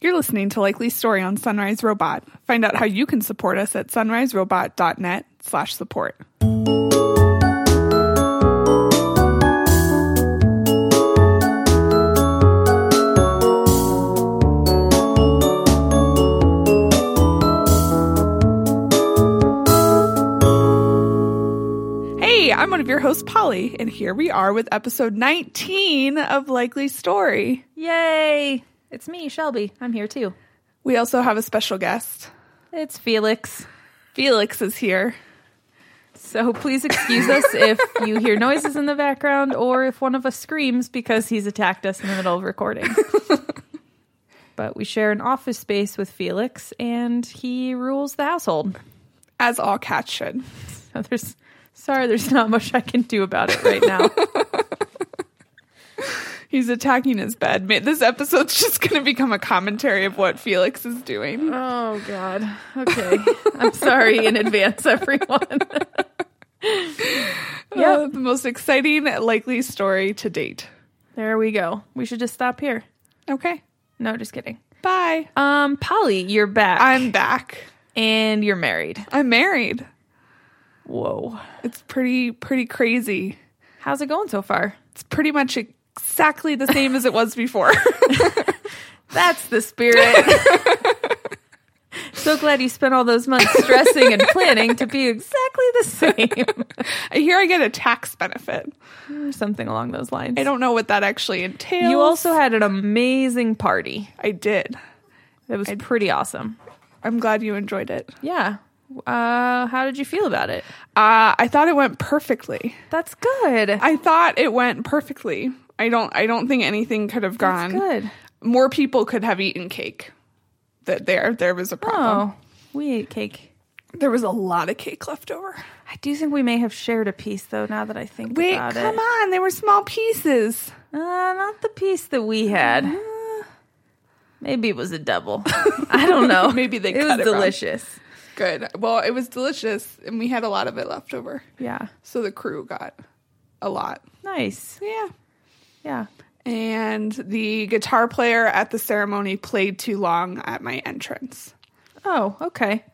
You're listening to Likely Story on Sunrise Robot. Find out how you can support us at sunriserobot.net slash support. Hey, I'm one of your hosts, Polly, and here we are with episode 19 of Likely Story. Yay! It's me, Shelby. I'm here too. We also have a special guest. It's Felix. Felix is here. So please excuse us if you hear noises in the background or if one of us screams because he's attacked us in the middle of recording. but we share an office space with Felix and he rules the household. as all cats should. So there's sorry there's not much I can do about it right now. He's attacking his bed. Ma- This episode's just going to become a commentary of what Felix is doing. oh god. Okay. I'm sorry in advance everyone. Uh, Yeah, yep. Uh, the most exciting, likely story to date. There we go. We should just stop here. Okay, No, just kidding. bye. Um, Polly, you're back. I'm back. and you're married. I'm married. Whoa. It's pretty, pretty crazy. How's it going so far? It's pretty much exactly the same as it was before. That's the spirit. so glad you spent all those months stressing and planning to be exactly the I hear I get a tax benefit. same. or something along those lines. I don't know what that actually entails. you also had an amazing party. I did. That was pretty awesome. I'm glad you enjoyed it. Yeah. Uh, how did you feel about it? Uh, I thought it went perfectly. That's good. I thought it went perfectly. I don't I don't think anything could have gone. That's good. More people could have eaten cake. That there there was a problem. Oh, we ate cake. There was a lot of cake left over. I do think we may have shared a piece though. Now that I think Wait, about come it, on. They were small pieces. Uh, not the piece that we had. Uh. Maybe it was a double. I don't know. Maybe they it cut it was wrong. delicious. Good. Well, it was delicious and we had a lot of it left over. Yeah, So the crew got a lot. nice. Yeah. Yeah, And the guitar player at the ceremony played too long at my entrance. Oh, okay.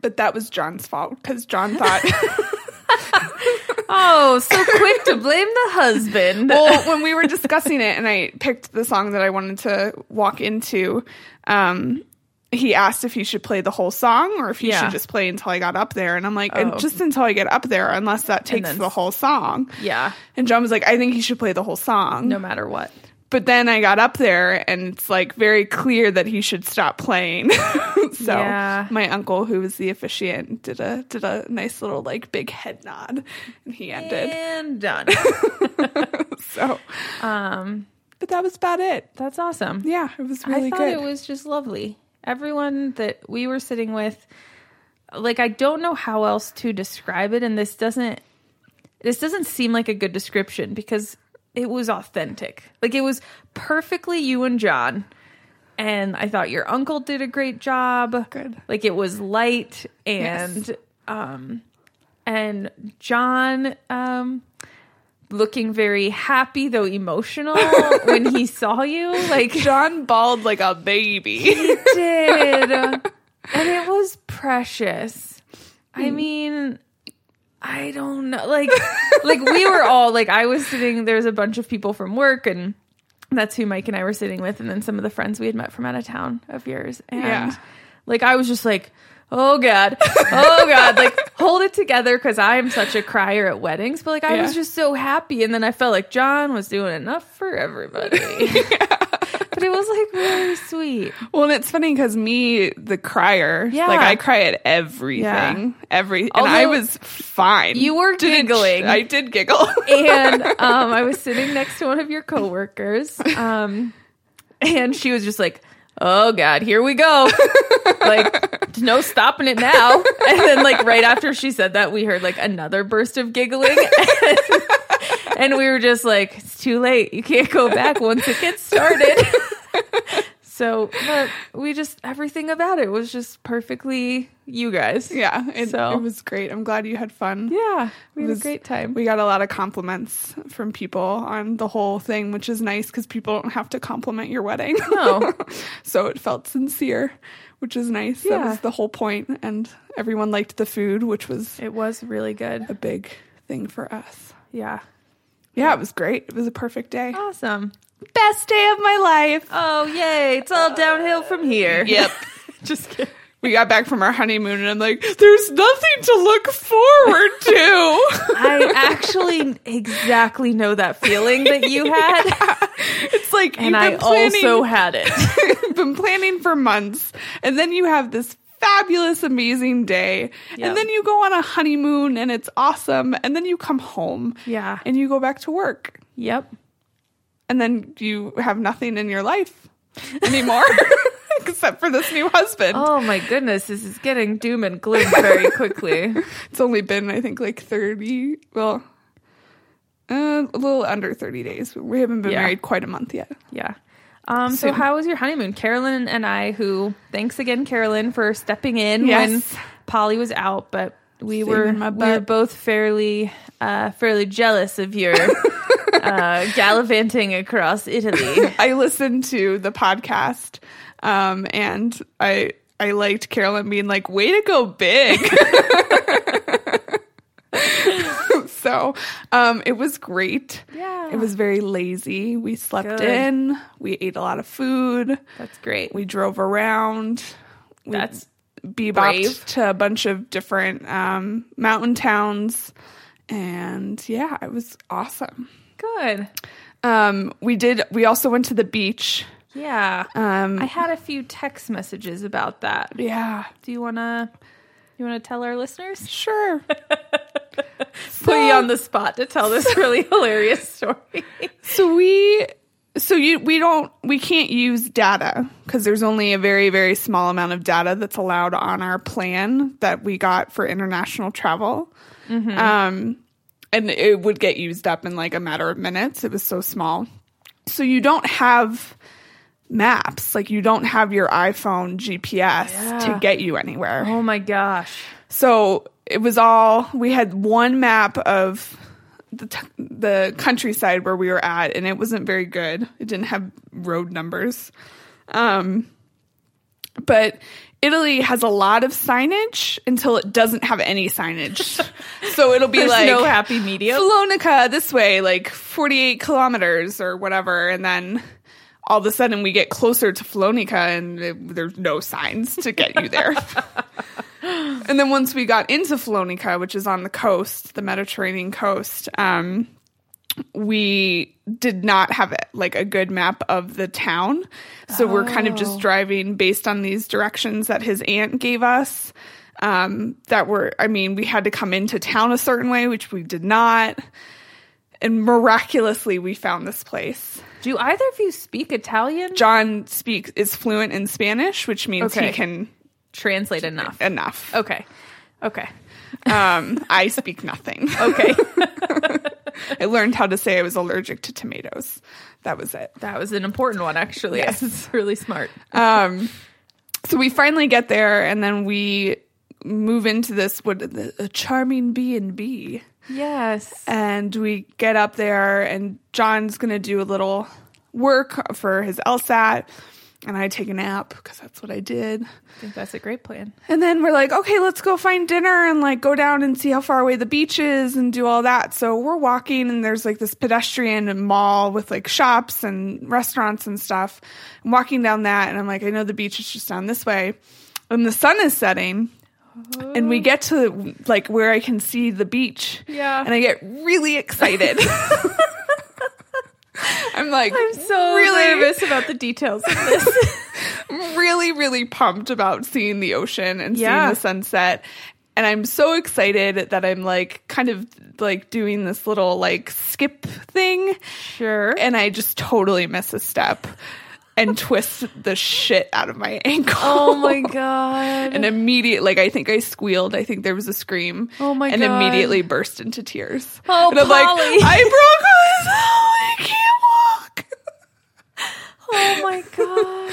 But that was John's fault because John thought Oh, so quick to blame the husband. well, when we were discussing it, and I picked the song that I wanted to walk into, um, he asked if he should play the whole song or if he Yeah. should just play until I got up there. And I'm like, Oh. and just until I get up there, unless that takes then- the whole song. yeah, And John was like, I think he should play the whole song. no matter what. But then I got up there, and it's like very clear that he should stop playing. so Yeah. my uncle, who was the officiant, did a did a nice little like big head nod, and he ended. And done. So, um, but that was about it. that's awesome. Yeah, it was really I thought good. it was just lovely. Everyone that we were sitting with, like, I don't know how else to describe it, and this doesn't this doesn't seem like a good description because it was authentic. Like, it was perfectly you and John. And I thought your uncle did a great job. Good. Like it was light and um and John um looking very happy though emotional when he saw you. Like John bawled like a baby. He did. and it was precious. I Hmm. mean, I don't know. Like like we were all like I was sitting there was a bunch of people from work and that's who Mike and I were sitting with and then some of the friends we had met from out of town of yours. And Yeah. like I was just like Oh God. Oh God. Like hold it together because I'm such a crier at weddings. But like I Yeah. was just so happy. And then I felt like John was doing enough for everybody. But it was like really sweet. well, and it's funny because me, the crier, Yeah. like I cry at everything, Yeah. every, and I Although- was fine. You were Didn't- giggling. I did giggle. and um, I was sitting next to one of your coworkers, um, and she was just like, "Oh God, here we go!" like, no stopping it now. And then, like, right after she said that, we heard like another burst of giggling, and, we were just like, "It's too late. You can't go back once it gets started." So but we just everything about it was just perfectly you guys. Yeah, it, So- it was great. I'm glad you had fun. Yeah, we It had was- a great time. We got a lot of compliments from people on the whole thing, which is nice because people don't have to compliment your wedding. No. so it felt sincere, which is nice. That Yeah. was the whole point, and everyone liked the food, which was It was really a good. big thing for us. Yeah. Yeah, it was great. It was a perfect day. Oh. Awesome. Best day of my life. Oh, yay. It's all downhill from here. Just kidding. We got back from our honeymoon and I'm like, there's nothing to look forward to. I actually exactly know that feeling that you had. it's like And you've I been planning- also had it. been planning for months and then you have this fabulous amazing day Yep. and then you go on a honeymoon and it's awesome and then you come home Yeah. and you go back to work Yep. and then you have nothing in your life anymore except for this new husband Oh my goodness, this is getting doom and gloom very quickly. it's only been i think like 30 well uh, a little under 30 days we haven't been Yeah. married quite a month yet Yeah. Um, so Soon. how was your honeymoon? Carolyn and I, who thanks again, Carolyn, for stepping in Yes. when Polly was out, but we Saving were my we were butt. both fairly uh, fairly jealous of your uh, gallivanting across Italy. I listened to the podcast, um, and I I liked Carolyn being like, "Way to go big." so um, it was great. Yeah. it was very lazy. We slept Good. in. We ate a lot of food. That's great. We drove around. We That's bebopped brave. to a bunch of different um, mountain towns, and yeah, it was awesome. good. Um, we did. We also went to the beach. Yeah. Um, I had a few text messages about that. Yeah, Do you wanna you wanna tell our listeners? sure. Put you on the spot to tell this really hilarious story. So we, so you, we don't, we can't use data because there's only a very, very small amount of data that's allowed on our plan that we got for international travel. Um, and it would get used up in like a matter of minutes. It was so small. So you don't have maps, like you don't have your iPhone GPS Yeah. to get you anywhere. oh my gosh. So it was all we had one map of the t- the countryside where we were at, and it wasn't very good. It didn't have road numbers, um, but Italy has a lot of signage until it doesn't have any signage. so it'll be There's like no happy medium. Salonika this way, like 48 kilometers or whatever. And then all of a sudden we get closer to Salonika and it- there's no signs to get you there. and then once we got into Salonika, which is on the coast, the Mediterranean coast, um, we did not have like a good map of the town. So we're kind of just driving based on these directions that his aunt gave us. Um, that were, I mean, we had to come into town a certain way, which we did not. And miraculously, we found this place. Do either of you speak Italian? John speaks is fluent in Spanish, which means Okay. he can Translate enough. enough. Okay. Okay. Um, I speak nothing. Okay. I learned how to say I was allergic to tomatoes. That was it. that was an important one, actually. Yes. It's really smart. um, so we finally get there, and then we move into this what a charming B and B, Yes. and we get up there, and John's gonna do a little work for his LSAT, and I take a nap because that's what I did. I think that's a great plan. And then we're like, okay, let's go find dinner and like go down and see how far away the beach is and do all that. So we're walking and there's like this pedestrian mall with like shops and restaurants and stuff. I'm walking down that and I'm like, I know the beach is just down this way. And the sun is setting and we get to like where I can see the beach. Yeah. And I get really excited. I'm like, I'm so really nervous about the details of this. really, really pumped about seeing the ocean and Yeah. seeing the sunset. And I'm so excited that I'm like kind of like doing this little like skip thing. sure. And I just totally miss a step and twist the shit out of my ankle. oh my god. And immediate, like I think I squealed. I think there was a scream. Oh my And God. immediately burst into tears. Oh, and I'm like, Polly. I broke my ankle. I can't walk. Oh my god.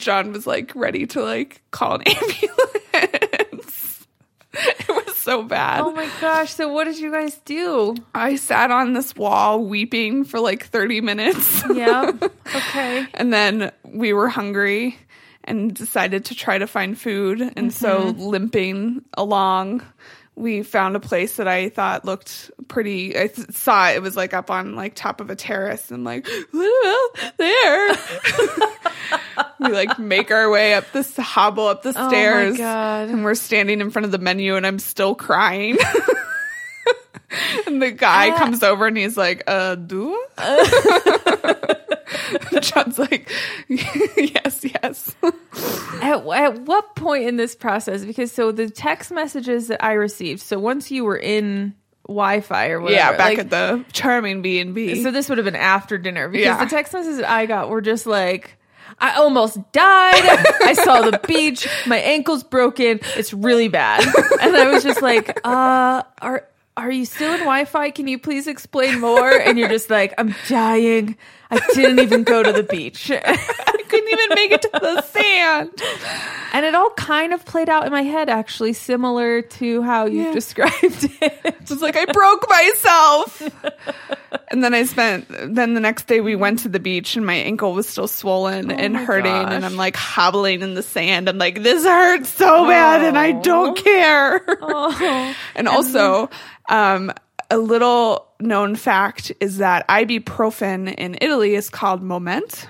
John was like ready to like call an ambulance. it was so bad. Oh my gosh. So what did you guys do? I sat on this wall weeping for like 30 minutes. Yep. Okay. and then we were hungry and decided to try to find food. And so, limping along, we found a place that I thought looked pretty. I th- saw it, it was like up on like top of a terrace, and like well, there. we like make our way up this hobble up the stairs, God. and we're standing in front of the menu, and I'm still crying. And the guy Ah. comes over and he's like, uh, do? John's like, yes, yes. At, at what point in this process? Because so the text messages that I received. So once you were in Wi-Fi or whatever, yeah, back like, at the charming B&B. So this would have been after dinner because Yeah. the text messages that I got were just like, I almost died. I saw the beach. My ankle's broken. It's really bad. And I was just like, uh, are, are you still in Wi-Fi? Can you please explain more? And you're just like, I'm dying. I didn't even go to the beach. I couldn't even make it to the sand. And it all kind of played out in my head, actually, similar to how you Yeah. have described it. It's like, I broke myself. And then I spent, then the next day we went to the beach and my ankle was still swollen and Oh my hurting. gosh. And I'm like hobbling in the sand. I'm like, this hurts so bad and I don't care. Oh. And also, um, a little known fact is that ibuprofen in Italy is called Moment,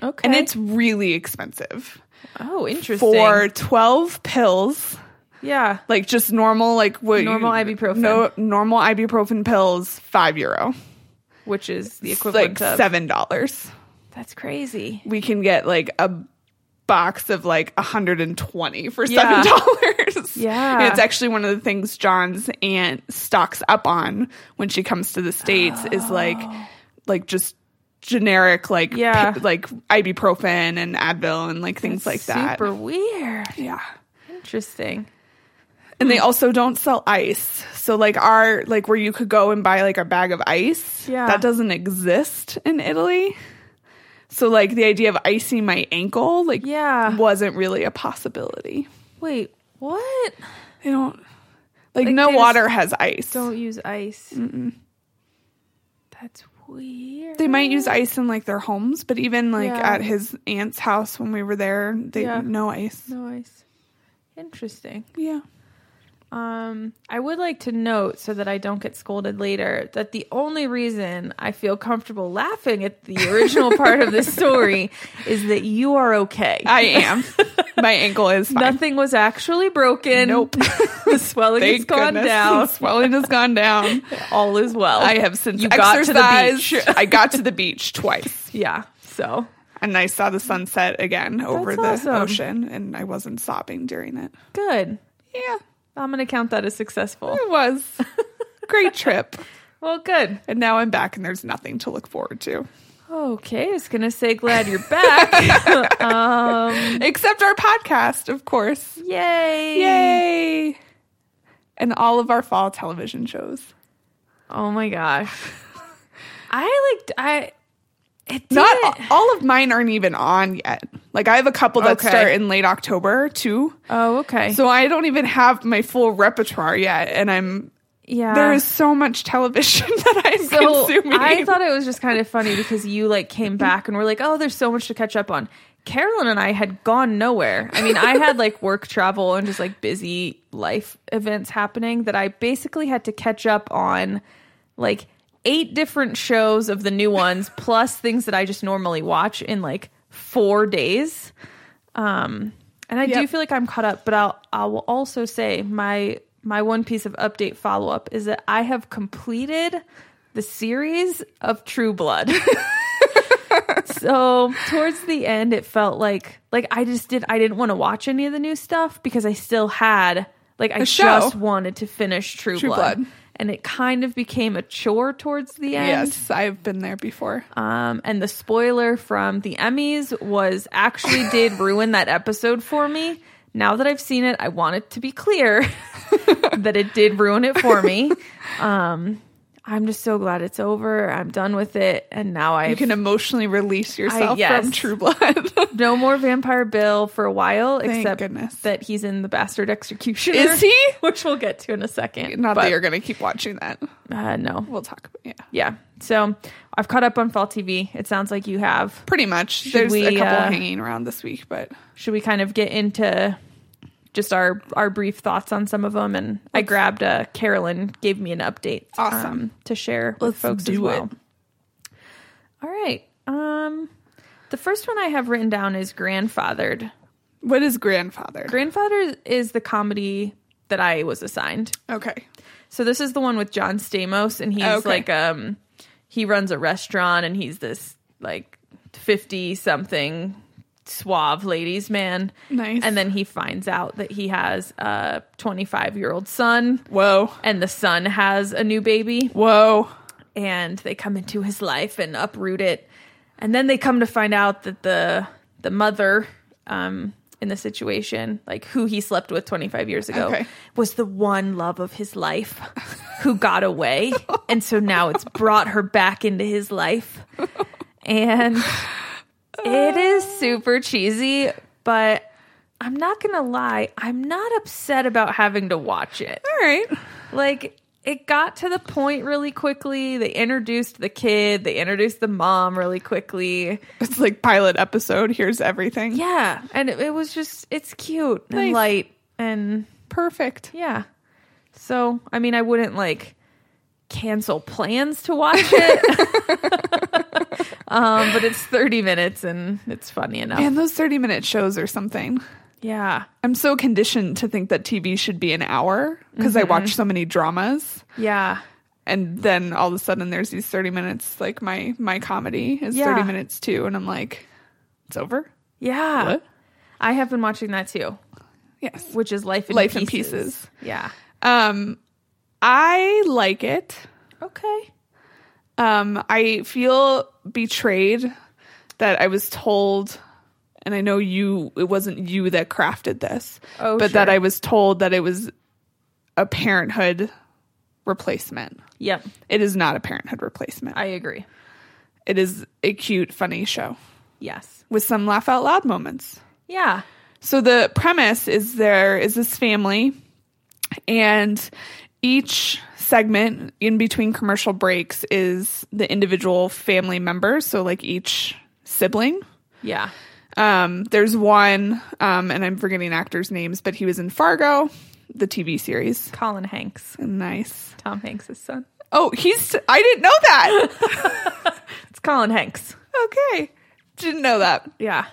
Okay. and it's really expensive. oh, interesting. For 12 pills, yeah. like just normal, like what you- Normal ibuprofen. No, normal ibuprofen pills, five euro. Which is the It's equivalent like of seven dollars. That's crazy. We can get like a box of like 120 for Yeah. seven dollars. Yeah. And it's actually one of the things John's aunt stocks up on when she comes to the States is like like just generic like pi- Oh. Yeah. like ibuprofen and Advil and like things like that. Super weird. Yeah. Interesting. And they also don't sell ice. So like our like where you could go and buy like a bag of ice, Yeah. that doesn't exist in Italy. So like the idea of icing my ankle like Yeah. wasn't really a possibility. Wait, what? They don't like, Like, no they just water has ice. Don't use ice. That's weird. They might use ice in like their homes, but even like Yeah. at his aunt's house when we were there, they Yeah. no ice. no ice. Interesting. Yeah. Um, I would like to note so that I don't get scolded later that the only reason I feel comfortable laughing at the original part of this story is that you are okay. I am. My ankle is fine. Nothing was actually broken. Nope. the swelling has Thank gone goodness. down. Swelling has gone down. All is well. I have since You got to exercised. the beach. I got to the beach twice, Yeah. So and I saw the sunset again over That's the awesome. ocean, and I wasn't sobbing during it. good. Yeah, I'm going to count that as successful. it was great trip. Well, good. And now I'm back, and there's nothing to look forward to Okay, I was going to say glad you're back. um, except our podcast, of course. yay. Yay! And all of our fall television shows. Oh my gosh. I liked I it did Not all of mine aren't even on yet. Like I have a couple that Okay. start in late October too. Oh, okay. So I don't even have my full repertoire yet, and I'm yeah. There is so much television that I'm so consuming. I thought it was just kind of funny because you like came back and were like, "Oh, there's so much to catch up on." Carolyn and I had gone nowhere. I mean, I had like work travel and just like busy life events happening that I basically had to catch up on like eight different shows of the new ones plus things that I just normally watch in like 4 days. Um and I do Yep. feel like I'm caught up, but I'll I will also say my my one piece of update follow up is that I have completed the series of True Blood. so towards the end it felt like like I just did I didn't want to watch any of the new stuff because I still had like I show. just wanted to finish True, True Blood. Blood. And it kind of became a chore towards the end. yes, I've been there before. Um, and the spoiler from the Emmys was actually did ruin that episode for me. Now that I've seen it, I want it to be clear that it did ruin it for me. Um, I'm just so glad it's over. I'm done with it. And now I You can emotionally release yourself yes. from True Blood. no more Vampire Bill for a while, Thank except goodness. that he's in the Bastard Executioner. Is he? Which we'll get to in a second. Not that but, you're going to keep watching that. Uh, no. We'll talk about yeah. Yeah. So I've caught up on Fall TV. It sounds like you have. Pretty much. There's we, a couple uh, hanging around this week, but Should we kind of get into just our our brief thoughts on some of them? And I grabbed uh, Carolyn gave me an update. Awesome. um, to share with Let's folks as do well. it. All right. Um, the first one I have written down is grandfathered. what is grandfather? Grandfather is the comedy that I was assigned. okay. So this is the one with John Stamos, and he's Okay. like um he runs a restaurant and he's this like fifty something suave ladies man. Nice. And then he finds out that he has a twenty five year old son Whoa. and the son has a new baby Whoa. and they come into his life and uproot it. And then they come to find out that the the mother um, in the situation, like who he slept with 25 years ago, Okay. was the one love of his life who got away. and so now it's brought her back into his life. And it is super cheesy, but I'm not going to lie, I'm not upset about having to watch it All right. like it got to the point really quickly. They introduced the kid, they introduced the mom really quickly. It's like pilot episode. Here's everything. Yeah, and it, it was just it's cute and Nice. light and Perfect. yeah. So, I mean, I wouldn't like cancel plans to watch it. um, but it's 30 minutes and it's funny enough. Man, those 30 minute shows or something. yeah. I'm so conditioned to think that TV should be an hour because Mm-hmm. I watch so many dramas. Yeah. And then all of a sudden there's these 30 minutes. Like my, my comedy is Yeah. 30 minutes too. And I'm like, it's over? Yeah. What? I have been watching that too, Yes. which is Life in Life in Pieces. Pieces. Yeah. Um, I like it. Okay. Um, I feel betrayed that I was told, and I know you, it wasn't you that crafted this, Oh, but that sure. I was told that it was a parenthood replacement. Yep. It is not a parenthood replacement. I agree. It is a cute, funny show Yes. with some laugh out loud moments. Yeah. So the premise is there is this family, and each segment in between commercial breaks is the individual family member. So like each sibling. Yeah. Um, there's one, um, and I'm forgetting actors' names, but he was in Fargo, the TV series. Colin Hanks, Nice. Tom Hanks' son. Oh, he's. I didn't know that. It's Colin Hanks. okay, didn't know that. Yeah.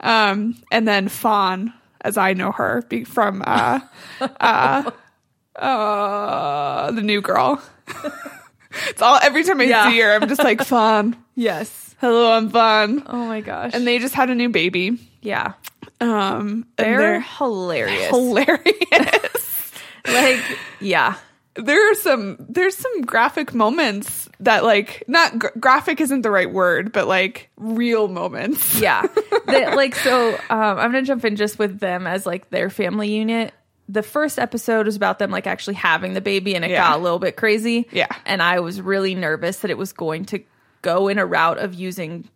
Um, and then Fawn, as I know her, be from uh, uh, uh, the New Girl. it's all every time I Yeah. see her, I'm just like Fawn. Yes. Hello, I'm Fawn. Oh my gosh. And they just had a new baby. yeah. Um, and They're, they're hilarious. hilarious. like, yeah. there are some there's some graphic moments that like not gr- graphic isn't the right word, but like real moments. Yeah. That like, so um, I'm going to jump in just with them as like their family unit. The first episode was about them like actually having the baby and it Yeah. got a little bit crazy. Yeah. And I was really nervous that it was going to go in a route of using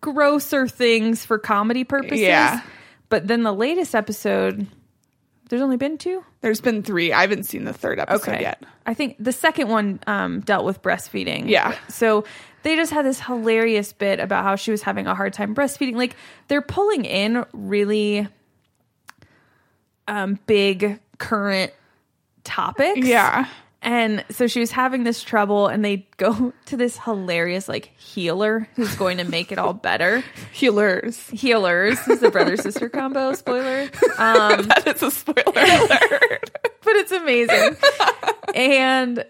grosser things for comedy purposes. Yeah. But then the latest episode, there's only been two? There's been three. I haven't seen the third episode yet. I think the second one um, dealt with breastfeeding. Yeah. So they just had this hilarious bit about how she was having a hard time breastfeeding. Like they're pulling in really um, big current topics. Yeah. And so she was having this trouble, and they go to this hilarious like healer who's going to make it all better. Healers. Healers is the brother sister combo. Spoiler. Um, that is a spoiler alert. but it's amazing. and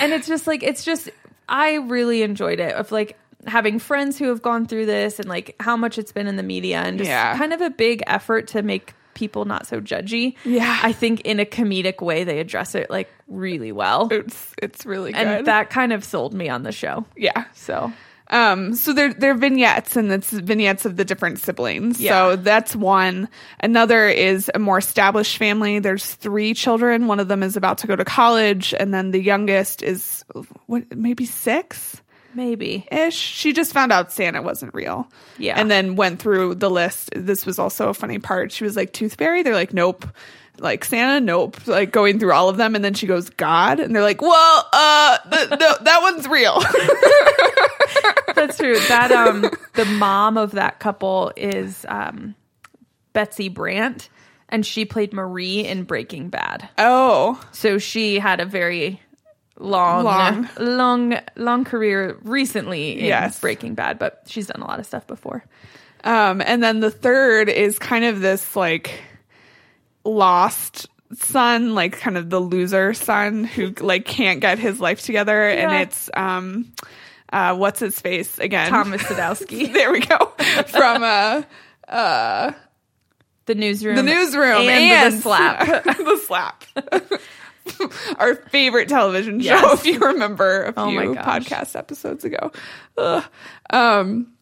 and it's just like it's just I really enjoyed it of like having friends who have gone through this and like how much it's been in the media and just Yeah. kind of a big effort to make people not so judgy. Yeah. I think in a comedic way they address it like really well. it's it's really good. And that kind of sold me on the show. yeah. So Um, so they're they're vignettes, and it's vignettes of the different siblings. So that's one. Another is a more established family. There's three children. One of them is about to go to college, and then the youngest is what maybe six Maybe. ish. She just found out Santa wasn't real. Yeah. And then went through the list. This was also a funny part. She was like, Tooth Fairy? They're like, nope. Like Santa, nope. Like going through all of them. And then she goes, God. And they're like, well, uh, th- no, that one's real. That's true. That um the mom of that couple is um Betsy Brandt and she played Marie in Breaking Bad. oh, So she had a very long Long. long long career recently in Yes. Breaking Bad, but she's done a lot of stuff before. Um, and then the third is kind of this like lost son, like kind of the loser son who like can't get his life together. Yeah. And it's um, uh, what's his face again? Thomas Sadowski, there we go. From uh, the newsroom. the newsroom and, and, the slap. the slap. Our favorite television show, Yes. if you remember a few Oh my gosh. podcast episodes ago. Ugh. Um,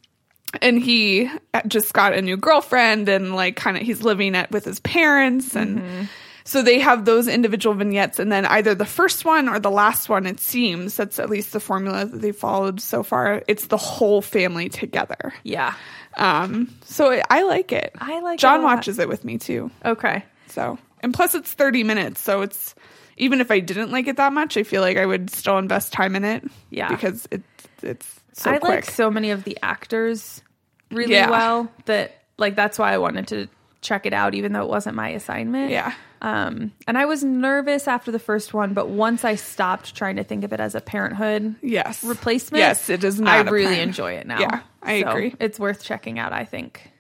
and he just got a new girlfriend and like kind of he's living at with his parents and Mm-hmm. so they have those individual vignettes and then either the first one or the last one it seems that's at least the formula that they followed so far it's the whole family together Yeah. um, so it, I like it. I like it John a lot. watches it with me too. Okay. So and plus it's thirty minutes, so it's even if I didn't like it that much, I feel like I would still invest time in it. Yeah. because it it's so I quick. like so many of the actors really Yeah. well that like that's why I wanted to check it out even though it wasn't my assignment. Yeah. Um and I was nervous after the first one, but once I stopped trying to think of it as a parenthood yes replacement. Yes, it is not. I a really plan. enjoy it now. Yeah, I agree. It's worth checking out, I think.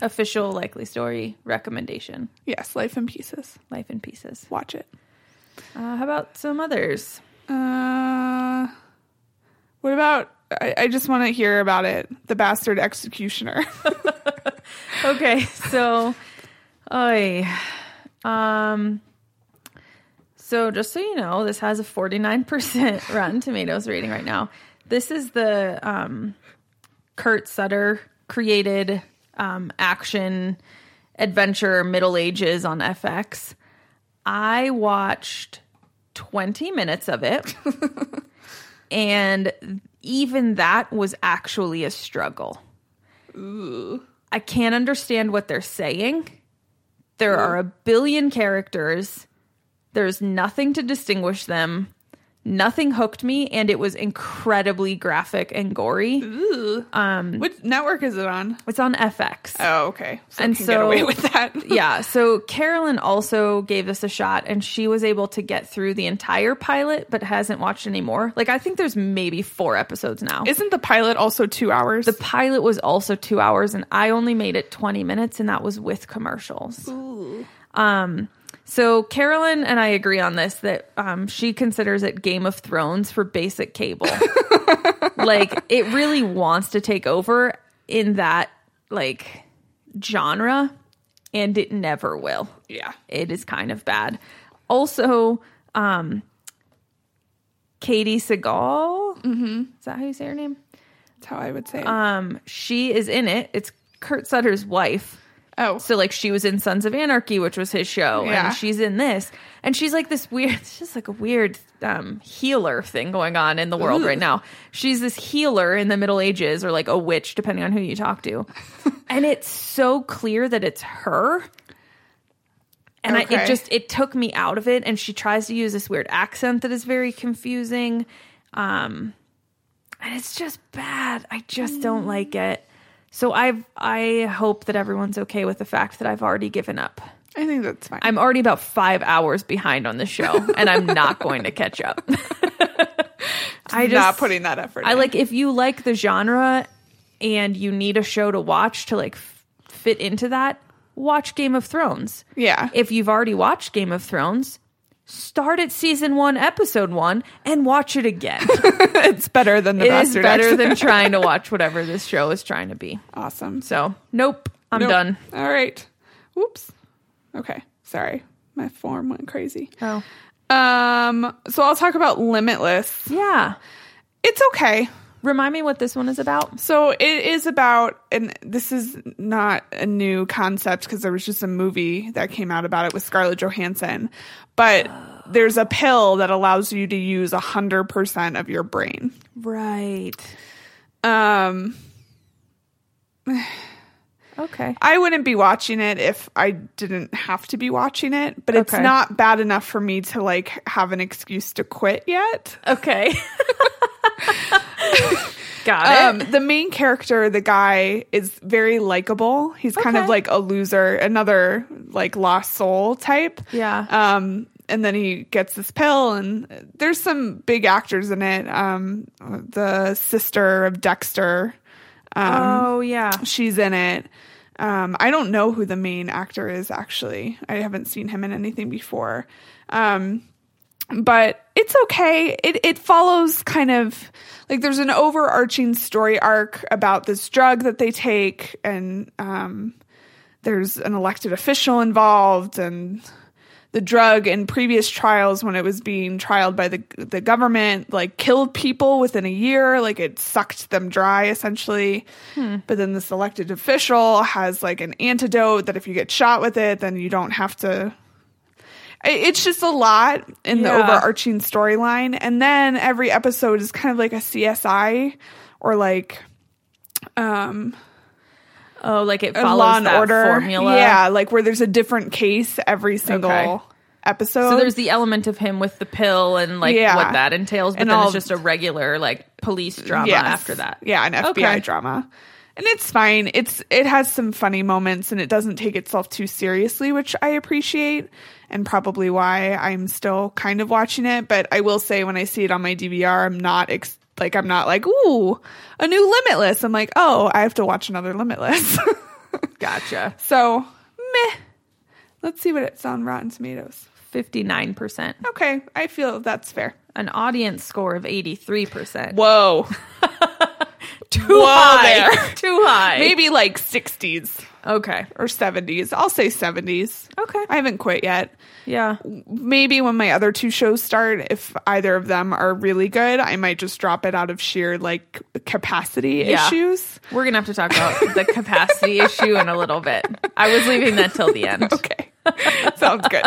Official likely story recommendation. Yes, Life in Pieces. Life in pieces. Watch it. Uh, how about some others? Uh, what about? I, I just want to hear about it. The Bastard Executioner. okay, so, oi, um, so just so you know, this has a forty nine percent Rotten Tomatoes rating right now. This is the um, Kurt Sutter created um, action adventure Middle Ages on FX. I watched twenty minutes of it, and even that was actually a struggle. I can't understand what they're saying. There are a billion characters. There's nothing to distinguish them. Nothing hooked me, and it was incredibly graphic and gory. Mm. what network is it on? It's on FX. Oh, okay. So And I can get away so- with that. yeah. So Carolyn also gave this a shot, and she was able to get through the entire pilot, but hasn't watched any more. Like I think there's maybe four episodes now. Isn't the pilot also two hours? the pilot was also two hours, and I only made it 20 minutes, and that was with commercials. So Carolyn and I agree on this that um, she considers it Game of Thrones for basic cable. like it really wants to take over in that like genre, and it never will. yeah. It is kind of bad. Also, um, Katie Seagal is that how you say her name? That's how I would say it. Um, she is in it. It's Kurt Sutter's wife. oh, So like she was in Sons of Anarchy, which was his show, Yeah. and she's in this, and she's like this weird, it's just like a weird um, healer thing going on in the world Ooh. right now. She's this healer in the Middle Ages, or like a witch, depending on who you talk to, and it's so clear that it's her. And I, Okay. it just it took me out of it. And she tries to use this weird accent that is very confusing, um, and it's just bad. I just don't like it. So I've I hope that everyone's okay with the fact that I've already given up. I think that's fine. I'm already about five hours behind on the show, and I'm not going to catch up. I I'm just not putting that effort. I in. like if you like the genre and you need a show to watch to like f- fit into that, watch Game of Thrones. Yeah. If you've already watched Game of Thrones, start at season 1 episode 1 and watch it again. it's better than the it is bastard. better accent. than trying to watch whatever this show is trying to be. awesome. So, nope, I'm Nope. done. All right. Whoops. Okay. Sorry. My form went crazy. Oh. Um. So I'll talk about Limitless. Yeah. It's okay. Remind me what this one is about. So it is about, and this is not a new concept because there was just a movie that came out about it with Scarlett Johansson. But there's a pill that allows you to use 100% of your brain. Right. Um, Okay. I wouldn't be watching it if I didn't have to be watching it, but it's Okay. not bad enough for me to like have an excuse to quit yet. Okay. Got it. Um, the main character, the guy, is very likable. He's kind of Okay. like a loser, another like lost soul type. Yeah. Um, and then he gets this pill, and there's some big actors in it. Um, the sister of Dexter, oh yeah. she's in it. Um, I don't know who the main actor is actually. I haven't seen him in anything before. Um, but it's okay. It it follows kind of like there's an overarching story arc about this drug that they take, and um, there's an elected official involved, and the drug in previous trials when it was being trialed by the the government like killed people within a year like it sucked them dry essentially Hmm. but then this elected official has like an antidote that if you get shot with it then you don't have to I- it's just a lot in the Yeah. overarching storyline and then every episode is kind of like a CSI or like um Oh, like it a follows law and that order formula. yeah like where there's a different case every single Okay. episode So there's the element of him with the pill and like Yeah. what that entails, but And then all- it's just a regular like police drama Yes. after that. Yeah, an FBI Okay. drama. And it's fine. It's it has some funny moments and it doesn't take itself too seriously, which I appreciate and probably why I'm still kind of watching it, but I will say when I see it on my DVR, I'm not ex- like I'm not like, "Ooh, a new Limitless." I'm like, "Oh, I have to watch another Limitless." Gotcha. so, meh. Let's see what it's on Rotten Tomatoes. Fifty nine percent. Okay, I feel that's fair. An audience score of eighty three percent. Whoa. Too Whoa high. there. Too high. Maybe like 60s. Okay. or 70s. I'll say 70s. Okay. I haven't quit yet. Yeah. Maybe when my other two shows start, if either of them are really good, I might just drop it out of sheer like capacity Yeah. issues. We're gonna have to talk about the capacity issue in a little bit. I was leaving that till the end. Okay. Sounds good.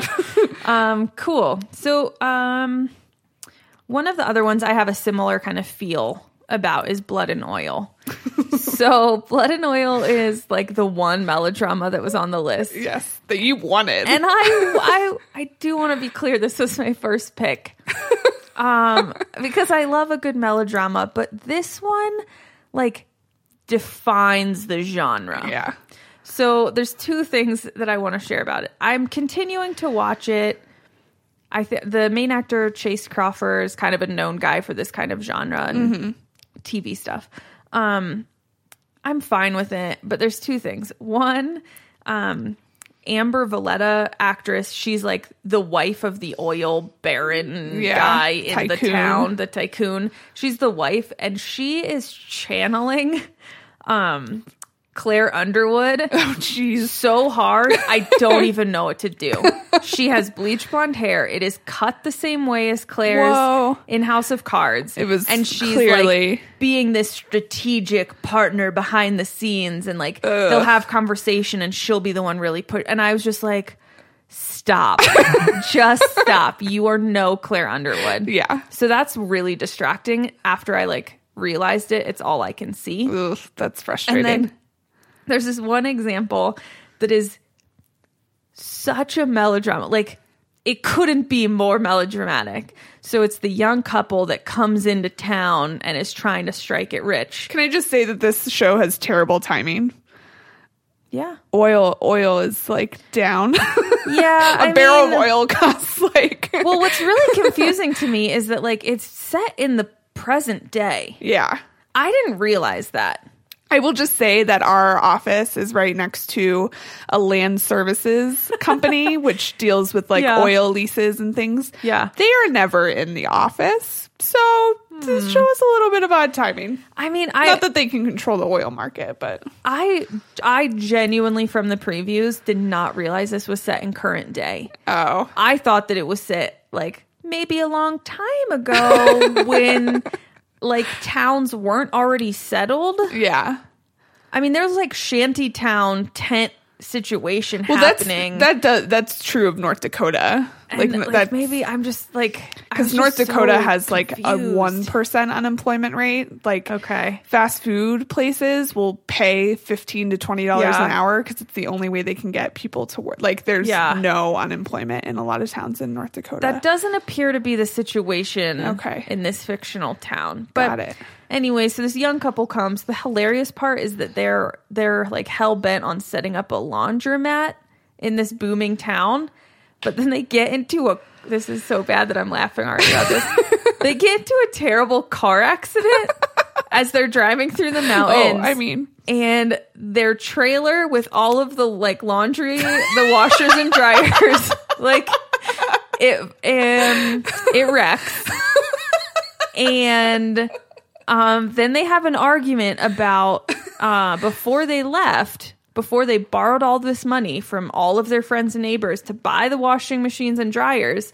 Um, cool. So, um, one of the other ones I have a similar kind of feel about is Blood and Oil. so, Blood and Oil is like the one melodrama that was on the list. yes, that you wanted. And I, I, I do want to be clear. This was my first pick, um, because I love a good melodrama, but this one, like, defines the genre. yeah. So there's two things that I want to share about it. I'm continuing to watch it. I th- the main actor Chase Crawford is kind of a known guy for this kind of genre and Mm-hmm. TV stuff. Um, I'm fine with it, but there's two things. One, um, Amber Valletta, actress, she's like the wife of the oil baron Yeah, guy in the tycoon. town, the tycoon. She's the wife, and she is channeling um, Claire Underwood Oh, jeez. so hard, I don't even know what to do. She has bleach blonde hair. It is cut the same way as Claire's Whoa. in House of Cards. It was and she's clearly- like being this strategic partner behind the scenes, and like they'll have conversation, and she'll be the one really put. And I was just like, stop, just stop. You are no Claire Underwood. Yeah. So that's really distracting. After I like realized it, it's all I can see. Ugh, that's frustrating. And then there's this one example that is such a melodrama. Like it couldn't be more melodramatic. So it's the young couple that comes into town and is trying to strike it rich. Can I just say that this show has terrible timing? Yeah. Oil oil is like down. Yeah. A barrel of oil costs like Well, what's really confusing to me is that like it's set in the present day. Yeah. I didn't realize that. I will just say that our office is right next to a land services company, which deals with like Yeah. oil leases and things. Yeah. They are never in the office. So this show us a little bit of odd timing. I mean, Hmm. I Not that they can control the oil market, but I I genuinely from the previews did not realize this was set in current day. oh. I thought that it was set like maybe a long time ago when like towns weren't already settled. yeah. I mean, there's like shanty town tent situation Well, happening. that's that does, that's true of North Dakota. And, like, that maybe I'm just like I was because North just so Dakota has like a confused. one percent unemployment rate. Like, Okay. fast food places will pay fifteen to twenty dollars Yeah. an hour because it's the only way they can get people to work. Like, there's Yeah. no unemployment in a lot of towns in North Dakota. That doesn't appear to be the situation Okay. in this fictional town. But Got it. anyway, so this young couple comes. The hilarious part is that they're they're like hell bent on setting up a laundromat in this booming town. But then they get into a this is so bad that I'm laughing already about this. they get into a terrible car accident as they're driving through the oh, mountains I mean, and their trailer with all of the like laundry, the washers and dryers, like it um it wrecks. And um then they have an argument about uh before they left, before they borrowed all this money from all of their friends and neighbors to buy the washing machines and dryers,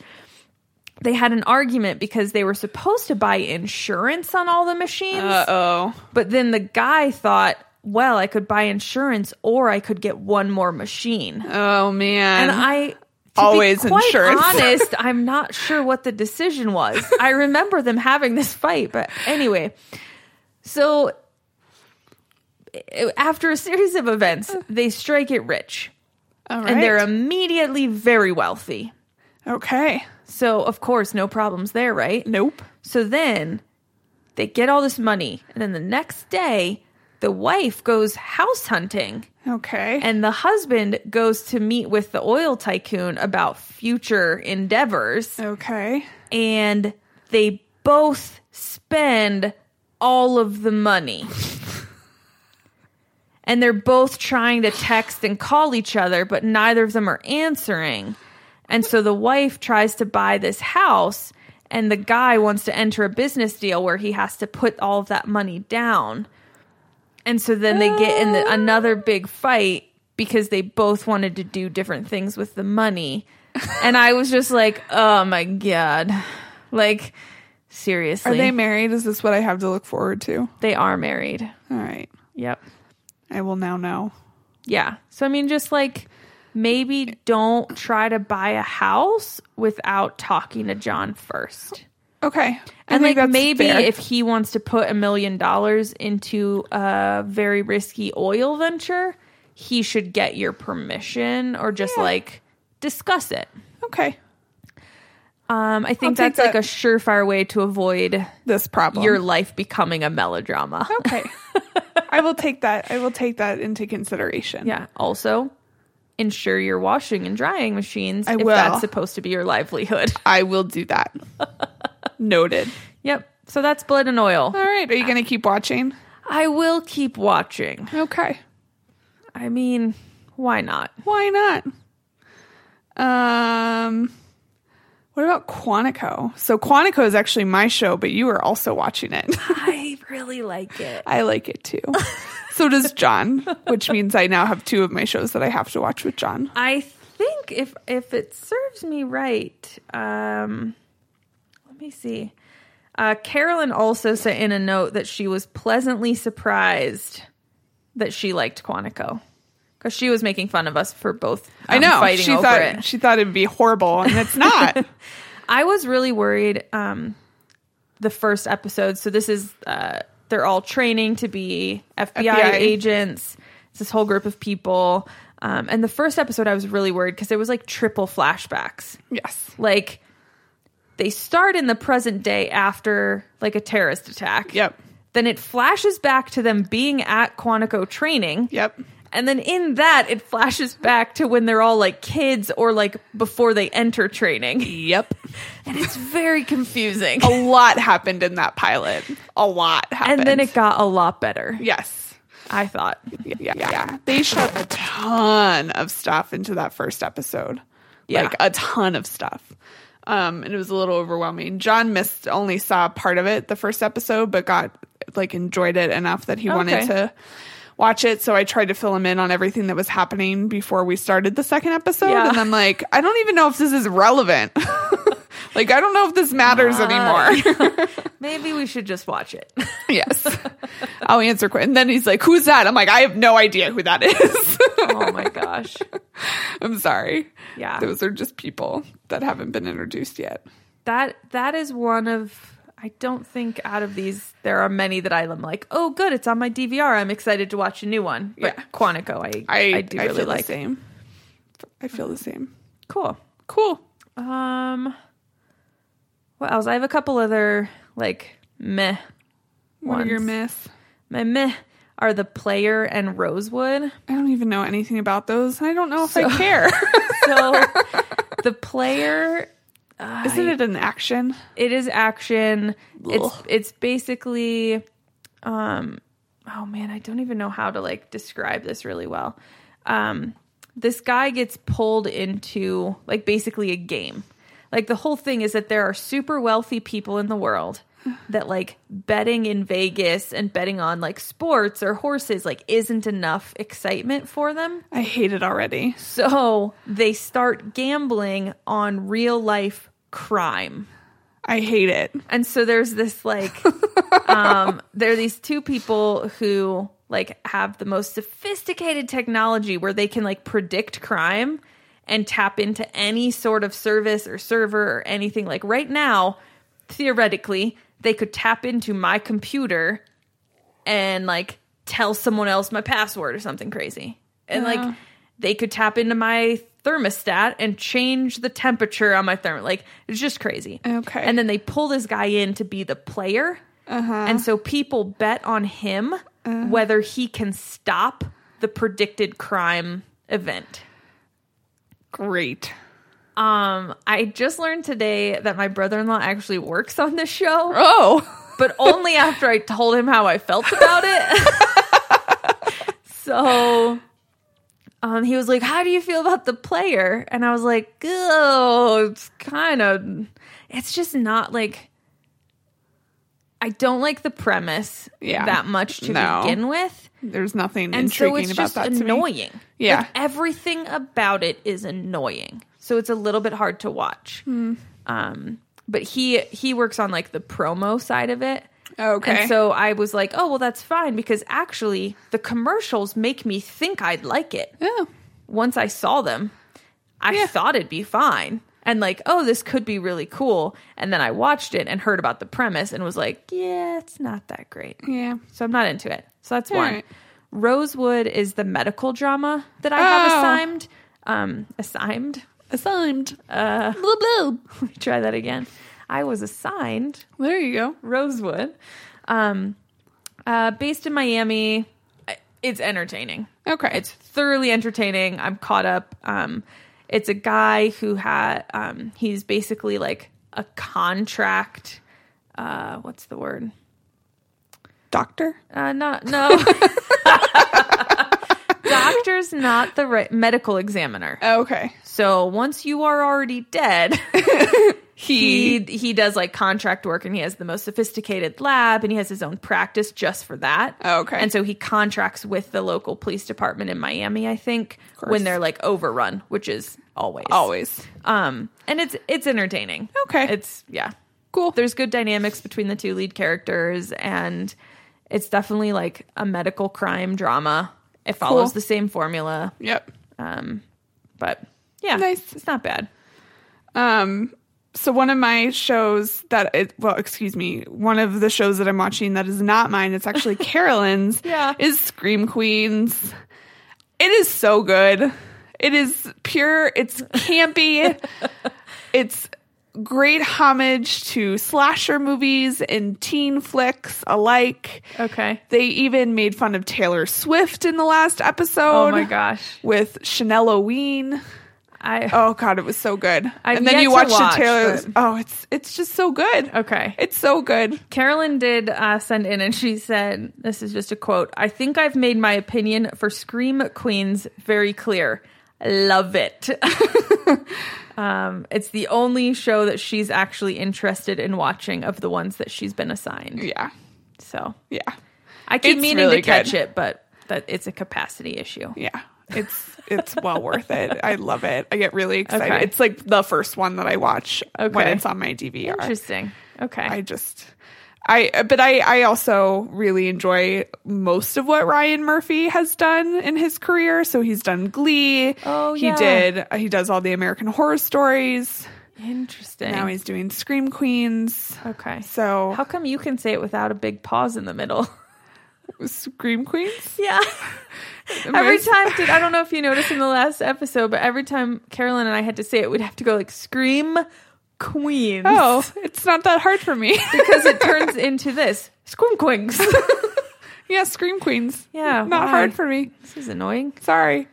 they had an argument because they were supposed to buy insurance on all the machines. uh oh, But then the guy thought, well, I could buy insurance or I could get one more machine. oh man, And I to Always be quite insurance. honest, I'm not sure what the decision was. I remember them having this fight, but anyway. So i- after a series of events, they strike it rich All and they're Uh. right. immediately very wealthy. okay. So, of course, no problems there, right? Nope. So then they get all this money. And then the next day, the wife goes house hunting Okay. and the husband goes to meet with the oil tycoon about future endeavors. okay. And they both spend all of the money. And they're both trying to text and call each other, but neither of them are answering. And so the wife tries to buy this house, and the guy wants to enter a business deal where he has to put all of that money down. And so then they get in the, another big fight because they both wanted to do different things with the money. And I was just like, oh my God. Like, seriously. Are they married? Is this what I have to look forward to? they are married. All right. Yep. I will now know. Yeah. So I mean, just like maybe don't try to buy a house without talking to John first. Okay. I think And like that's maybe fair. if he wants to put a million dollars into a very risky oil venture, he should get your permission or just Yeah. like discuss it. okay Um, I think I'll take that's like that. a surefire way to avoid this problem. your life becoming a melodrama. okay. I will take that. I will take that into consideration. Yeah. Also, insure your washing and drying machines I if will. that's supposed to be your livelihood. I will do that. Noted. Yep. So that's Blood and Oil. All right. Are you going to keep watching? I will keep watching. Okay. I mean, why not? Why not? Um, what about Quantico? So Quantico is actually my show, but you are also watching it. I really like it. I like it too. so does John, which means I now have two of my shows that I have to watch with John. I think if if it serves me right, um let me see. Uh Carolyn also sent in a note that she was pleasantly surprised that she liked Quantico. Because she was making fun of us for both I um, know. fighting she over thought it. she thought it'd be horrible, and it's not. I was really worried um the first episode. So this is uh they're all training to be FBI, FBI. agents. It's this whole group of people. Um and the first episode I was really worried because there was like triple flashbacks. yes. Like they start in the present day after like a terrorist attack. Yep. Then it flashes back to them being at Quantico training. Yep. And then in that it flashes back to when they're all like kids or like before they enter training. Yep. And it's very confusing. A lot happened in that pilot. A lot happened. and then it got a lot better, Yes. I thought. Yeah, yeah, yeah. They shoved a ton of stuff into that first episode. Yeah. Like a ton of stuff. Um, and it was a little overwhelming. John missed only saw part of it the first episode, but got like enjoyed it enough that he wanted Okay. to watch it. So I tried to fill him in on everything that was happening before we started the second episode. Yeah. And I'm like, I don't even know if this is relevant. Like, I don't know if this matters anymore. Maybe we should just watch it. yes. I'll answer quick. And then he's like, Who's that? I'm like, I have no idea who that is. oh my gosh. I'm sorry. Yeah. Those are just people that haven't been introduced yet. That that is one of I don't think out of these there are many that I'm like, oh good, it's on my DVR. I'm excited to watch a new one. But Yeah. Quantico, I I, I, do really feel like. the same. I feel the same. Cool. Cool. Um, what else? I have a couple other like meh. What are your Ones. myths? My meh are the player and Rosewood. I don't even know anything about those. I don't know if I care. So the player Isn't it an action? it is action. It's Ugh. it's basically um oh man, I don't even know how to like describe this really well. Um this guy gets pulled into like basically a game. Like the whole thing is that there are super wealthy people in the world that like betting in Vegas and betting on like sports or horses like isn't enough excitement for them. I hate it already. So they start gambling on real life crime. I hate it. And so there's this like um there are these two people who like have the most sophisticated technology where they can like predict crime and tap into any sort of service or server or anything like right now theoretically they could tap into my computer and like tell someone else my password or something crazy. And Yeah. like they could tap into my thermostat and change the temperature on my thermostat. Like it's just crazy. Okay. Uh-huh. And then they pull this guy in to be the player. And so people bet on him whether he can stop the predicted crime event. Great. Um, I just learned today that my brother-in-law actually works on this show. Oh. but only after I told him how I felt about it. so um, he was like, How do you feel about the player? And I was like, Oh, it's kind of, it's just not like, I don't like the premise Yeah. that much to No. begin with. There's nothing And so intriguing it's about just that. To me. annoying. Yeah. Like, everything about it is annoying. So it's a little bit hard to watch. Hmm. Um, but he he works on like the promo side of it. Okay. And so I was like, oh, well, that's fine because actually the commercials make me think I'd like it. oh. Once I saw them, I Yeah. thought it'd be fine. And like, oh, this could be really cool. And then I watched it and heard about the premise and was like, yeah, it's not that great. Yeah. So I'm not into it. So that's All one. right. Rosewood is the medical drama that I Oh. have assigned. Um, assigned. Assigned. Uh, Blue blue. let me try that again. I was assigned There you go. Rosewood. Um, uh, based in Miami, I- it's entertaining. Okay. It's thoroughly entertaining. I'm caught up. Um, it's a guy who had, um, he's basically like a contract. Uh, what's the word? doctor. Uh, not, no. Doctor's not the right medical examiner. Oh, Okay. So once you are already dead, he he does like contract work and he has the most sophisticated lab and he has his own practice just for that. Okay. And so he contracts with the local police department in Miami, I think, course. when they're like overrun, which is always. always. Um and it's it's entertaining. Okay. It's yeah. Cool. There's good dynamics between the two lead characters and it's definitely like a medical crime drama. It follows Cool. the same formula, Yep. but yeah. Nice. It's not bad. Um, so one of my shows that it, well, excuse me, one of the shows that I'm watching that is not mine, it's actually Carolyn's. Yeah. is Scream Queens. It is so good. It is pure. It's campy. it's great homage to slasher movies and teen flicks alike. Okay. They even made fun of Taylor Swift in the last episode. Oh my gosh. With Chanel Ween. I Oh god, it was so good. I've and then yet you to watched watch, the Taylor's. but- Oh, it's it's just so good. okay. It's so good. Carolyn did uh, send in, and she said, "This is just a quote. I think I've made my opinion for Scream Queens very clear. Love it. um, it's the only show that she's actually interested in watching of the ones that she's been assigned. Yeah. So Yeah. I keep It's meaning really to catch good. it, but that it's a capacity issue. Yeah. It's it's well worth it. I love it. I get really excited. Okay. It's like the first one that I watch when Okay. it's on my DVR. Interesting. Okay. I just I but I I also really enjoy most of what Ryan Murphy has done in his career. So he's done Glee. Oh, he yeah. did. He does all the American horror stories. Interesting. Now he's doing Scream Queens. okay. So How come you can say it without a big pause in the middle? Scream Queens. Yeah. Am I every s- time, dude, I don't know if you noticed in the last episode, but every time Carolyn and I had to say it, we'd have to go like scream queens. Oh, it's not that hard for me. Because it turns into this scream queens. yeah, Scream Queens. Yeah, Not why? hard for me. this is annoying. Sorry.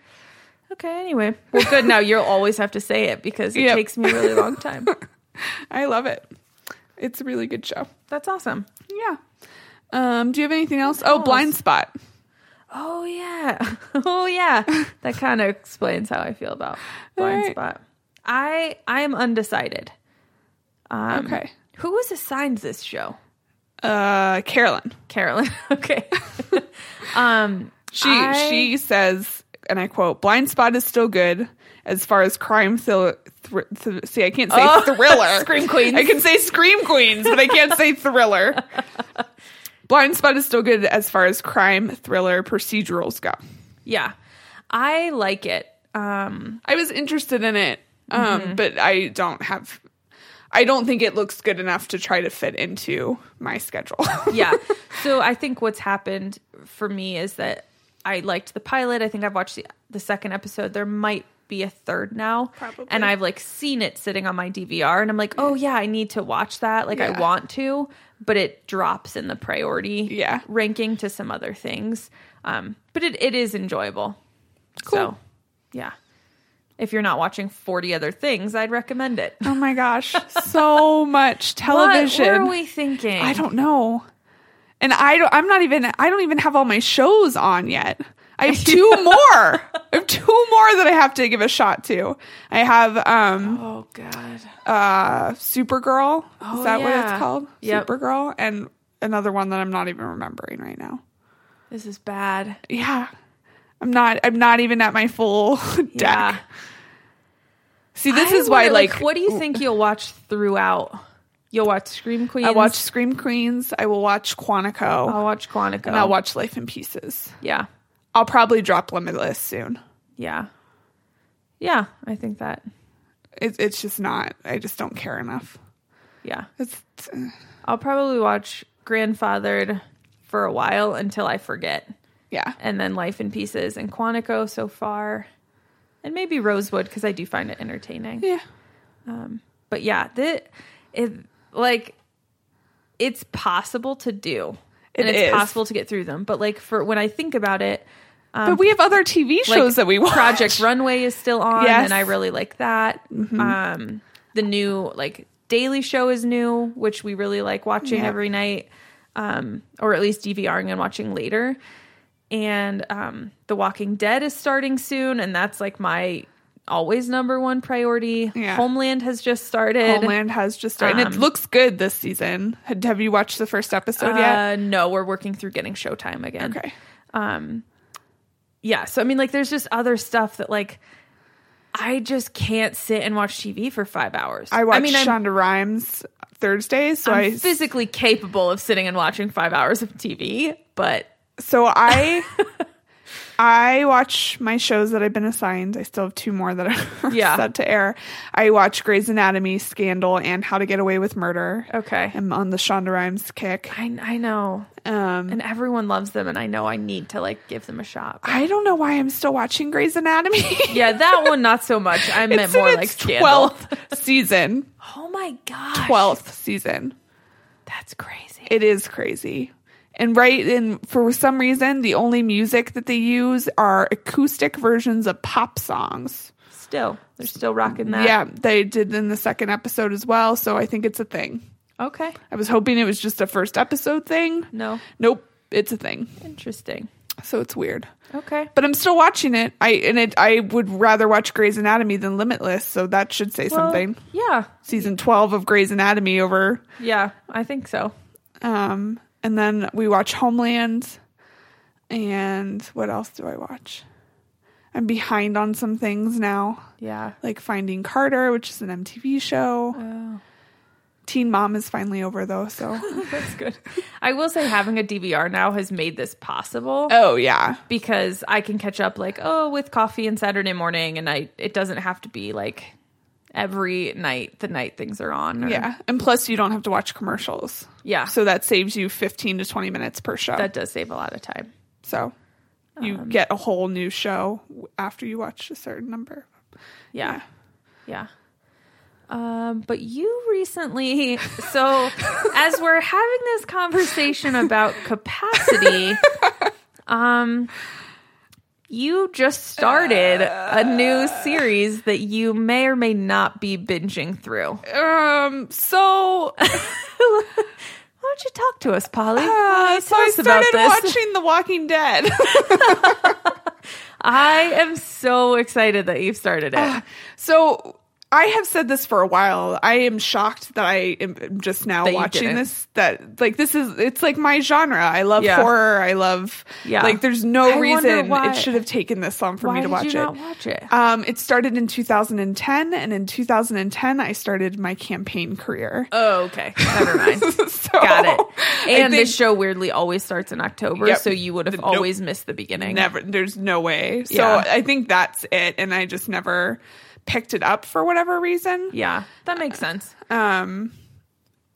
Okay, anyway. Well, good. Now you'll always have to say it because it Yep. takes me a really long time. I love it. It's a really good show. That's awesome. Yeah. Um, do you have anything else? Oh, else? Blind Spot. Oh, yeah. Oh, yeah. That kind of explains how I feel about Blind Alright. Spot. I I am undecided. Um, Okay. Who was assigned this show? Uh, Carolyn. Carolyn. Okay. um She I- she says, and I quote: "Blind Spot is still good as far as crime thriller." Thr- th- see, I can't say Oh, thriller. Scream Queens. I can say Scream Queens, but I can't say thriller. Blind Spot is still good as far as crime thriller procedurals go. yeah. I like it. Um I was interested in it, um, Mm-hmm. but I don't have. I don't think it looks good enough to try to fit into my schedule. yeah. so I think what's happened for me is that I liked the pilot. I think I've watched the, the second episode. There might be a third now. Probably. And I've like seen it sitting on my DVR and I'm like, "Oh yeah, I need to watch that. Like Yeah. I want to." But it drops in the priority Yeah. ranking to some other things. Um but it, it is enjoyable. So, Cool. yeah. If you're not watching 40 other things, I'd recommend it. oh my gosh, so much television. What were we thinking? I don't know. And I don't, I'm not even, I don't even have all my shows on yet. I have two more. I have two more that I have to give a shot to. I have, um, Oh god. uh, Supergirl. Oh, Is that what yeah. it's called? Yep. Supergirl. And another one that I'm not even remembering right now. This is bad. Yeah. I'm not, I'm not even at my full deck. Yeah. See, this I is why, wonder, like, what do you think you'll watch throughout? You'll watch Scream Queens. I watch Scream Queens. I will watch Quantico. I'll watch Quantico. and I'll watch Life in Pieces. Yeah. I'll probably drop Limitless soon. Yeah. Yeah, I think that. It, it's just not. I just don't care enough. Yeah. It's uh, I'll probably watch Grandfathered for a while until I forget. yeah. And then Life in Pieces and Quantico so far. And maybe Rosewood because I do find it entertaining. Yeah. But yeah, the it like it's possible to do. and It it's is. possible to get through them. But like for when I think about it, but we have other TV shows like, that we watch. Project Runway is still on, Yes. Mm-hmm. and I really like that. Um, the new like Daily Show is new, which we really like watching Yeah. every night, um, or at least DVRing and watching later. And um, The Walking Dead is starting soon, and that's like my always number one priority. Yeah. Homeland has just started. Homeland has just started. and it Um, looks good this season. Had- Have you watched the first episode yet? Uh, no, we're working through getting Showtime again. Okay. yeah so i mean like there's just other stuff that like i just can't sit and watch tv for five hours I watch mean I'm- Shonda Rhimes Thursdays, so I'm, i physically capable of sitting and watching five hours of tv but so I I watch my shows that I've been assigned. I still have two more that are Yeah. set to air. I watch Grey's Anatomy, Scandal, and How to Get Away with Murder. okay I'm on the Shonda Rhimes kick. I, I know Um, and everyone loves them and i know i need to like give them a shot I don't know why I'm still watching Grey's Anatomy. yeah that one not so much i meant it's in more like its scandal. twelfth season. oh my gosh Twelfth season. that's crazy It is crazy. And right in for some reason, the only music that they use are acoustic versions of pop songs. still they're still rocking that Yeah, they did in the second episode as well. So I think it's a thing. okay I was hoping it was just a first episode thing. no Nope, it's a thing. interesting So it's weird. okay But I'm still watching it. I and it I would rather watch Grey's Anatomy than Limitless, so that should say Well, something. yeah Season 12 of Grey's Anatomy over yeah i think so Um, and then we watch Homeland. And what else do I watch? I'm behind on some things now, Yeah. like Finding Carter, which is an MTV show. Oh, Teen Mom is finally over though, so that's good. I will say having a DVR now has made this possible oh yeah, because I can catch up like, oh, with coffee and Saturday morning and I it doesn't have to be like every night the night things are on. or- yeah. And plus, you don't have to watch commercials, Yeah. So so that saves you 15 to 20 minutes per show. that Um, does save a lot of time. so you get a whole new show after you watch a certain number. Yeah. Yeah. Um, but you recently, so as we're having this conversation about capacity, um, you just started a new Uh. series that you may or may not be binging through. Um. So Why don't you talk to us, Polly? Uh, so tell I us about started this. watching The Walking Dead. I am so excited that you've started Uh, it. so I have said this for a while. I am shocked that I am just now That you watching didn't. this. That like this is it's like my genre. I love Yeah. horror. I love Yeah. like there's no I wonder reason why- it should have taken this long for Why me to did watch you it. not watch it? Um, it started in 2010, and in 2010, I started my campaign career. Oh, okay. Never mind. so, Got it. I And this think show weirdly always starts in October, Yep. so you would have Nope. always missed the beginning. never there's no way so Yeah. i think that's it and i just never picked it up for whatever reason Yeah, that makes sense. um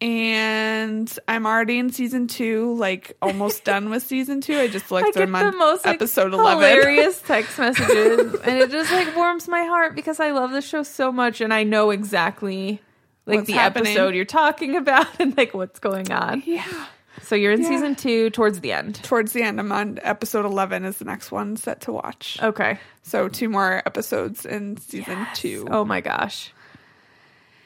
and i'm already in season two like almost done with season two i just I looked get i'm the on most like, episode 11 hilarious text messages, and it just like warms my heart because I love this show so much, and I know exactly like What's the happening. episode you're talking about and like what's going on. yeah So you're in Yeah. season two, towards the end. towards the end i'm on episode 11 is the next one set to watch Okay. so two more episodes in season two. Oh my gosh.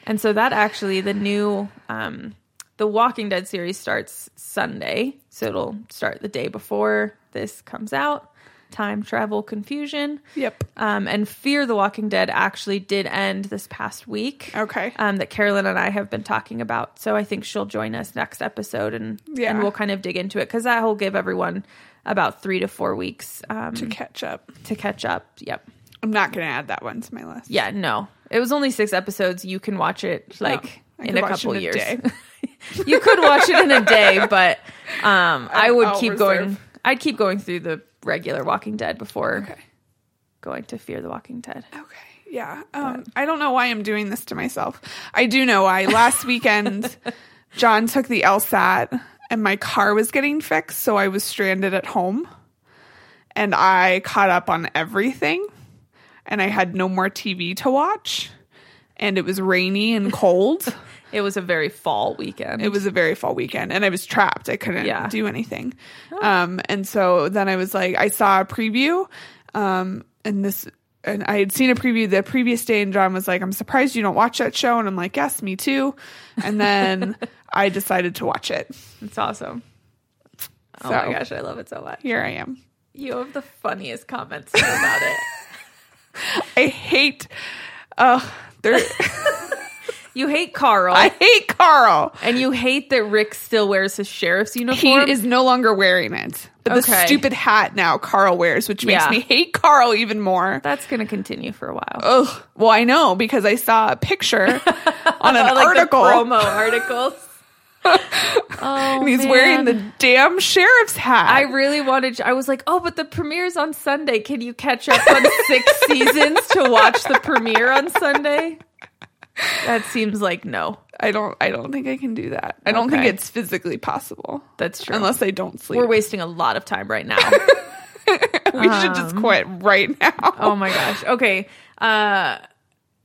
And so that actually the new um the Walking Dead series starts Sunday. So it'll start the day before this comes out. Time travel confusion. yep Um, and Fear the Walking Dead actually did end this past week. okay Um, that Carolyn and I have been talking about. So I think she'll join us next episode and, Yeah. and we'll kind of dig into it because that'll give everyone about three to four weeks um, to catch up to catch up. Yep. i'm not gonna add that one to my list Yeah, no. It was only six episodes. You can watch it like Oh, I in could a watch it couple in a years. day. you could watch it in a day, but um, I would I'll keep going. reserve. I'd keep going through the regular Walking Dead before okay Oh. going to Fear the Walking Dead. Okay. Yeah. Um, I don't know why I'm doing this to myself. I do know why. Last weekend, John took the LSAT and my car was getting fixed, so I was stranded at home. And I caught up on everything, and I had no more TV to watch. And it was rainy and cold. It was a very fall weekend. it was a very fall weekend, and I was trapped. I couldn't Yeah. do anything. Um, and so then I was like, I saw a preview, um, and this, and I had seen a preview the previous day, and John was like, "I'm surprised you don't watch that show," and I'm like, "Yes, me too." And then I decided to watch it. it's awesome. Oh my So- gosh, I love it so much. Here I am. You have the funniest comments about it. I hate. Uh, there, You hate Carl, I hate Carl. and you hate that Rick still wears his sheriff's He uniform. is no longer wearing it. But the Okay. stupid hat now Carl wears, which makes Yeah. me hate Carl even more. That's going to continue for a while. Ugh. Well, I know because I saw a picture on an I like article. the promo articles. oh, and he's man. wearing the damn sheriff's hat. I really wanted. I was like, oh, but the premiere's on Sunday. Can you catch up on six seasons to watch the premiere on Sunday? That seems like no. I don't. I don't think I can do that. I don't Okay. think it's physically possible That's true. unless I don't sleep. We're wasting a lot of time right now. we should just quit right now. oh my gosh. Okay. Uh,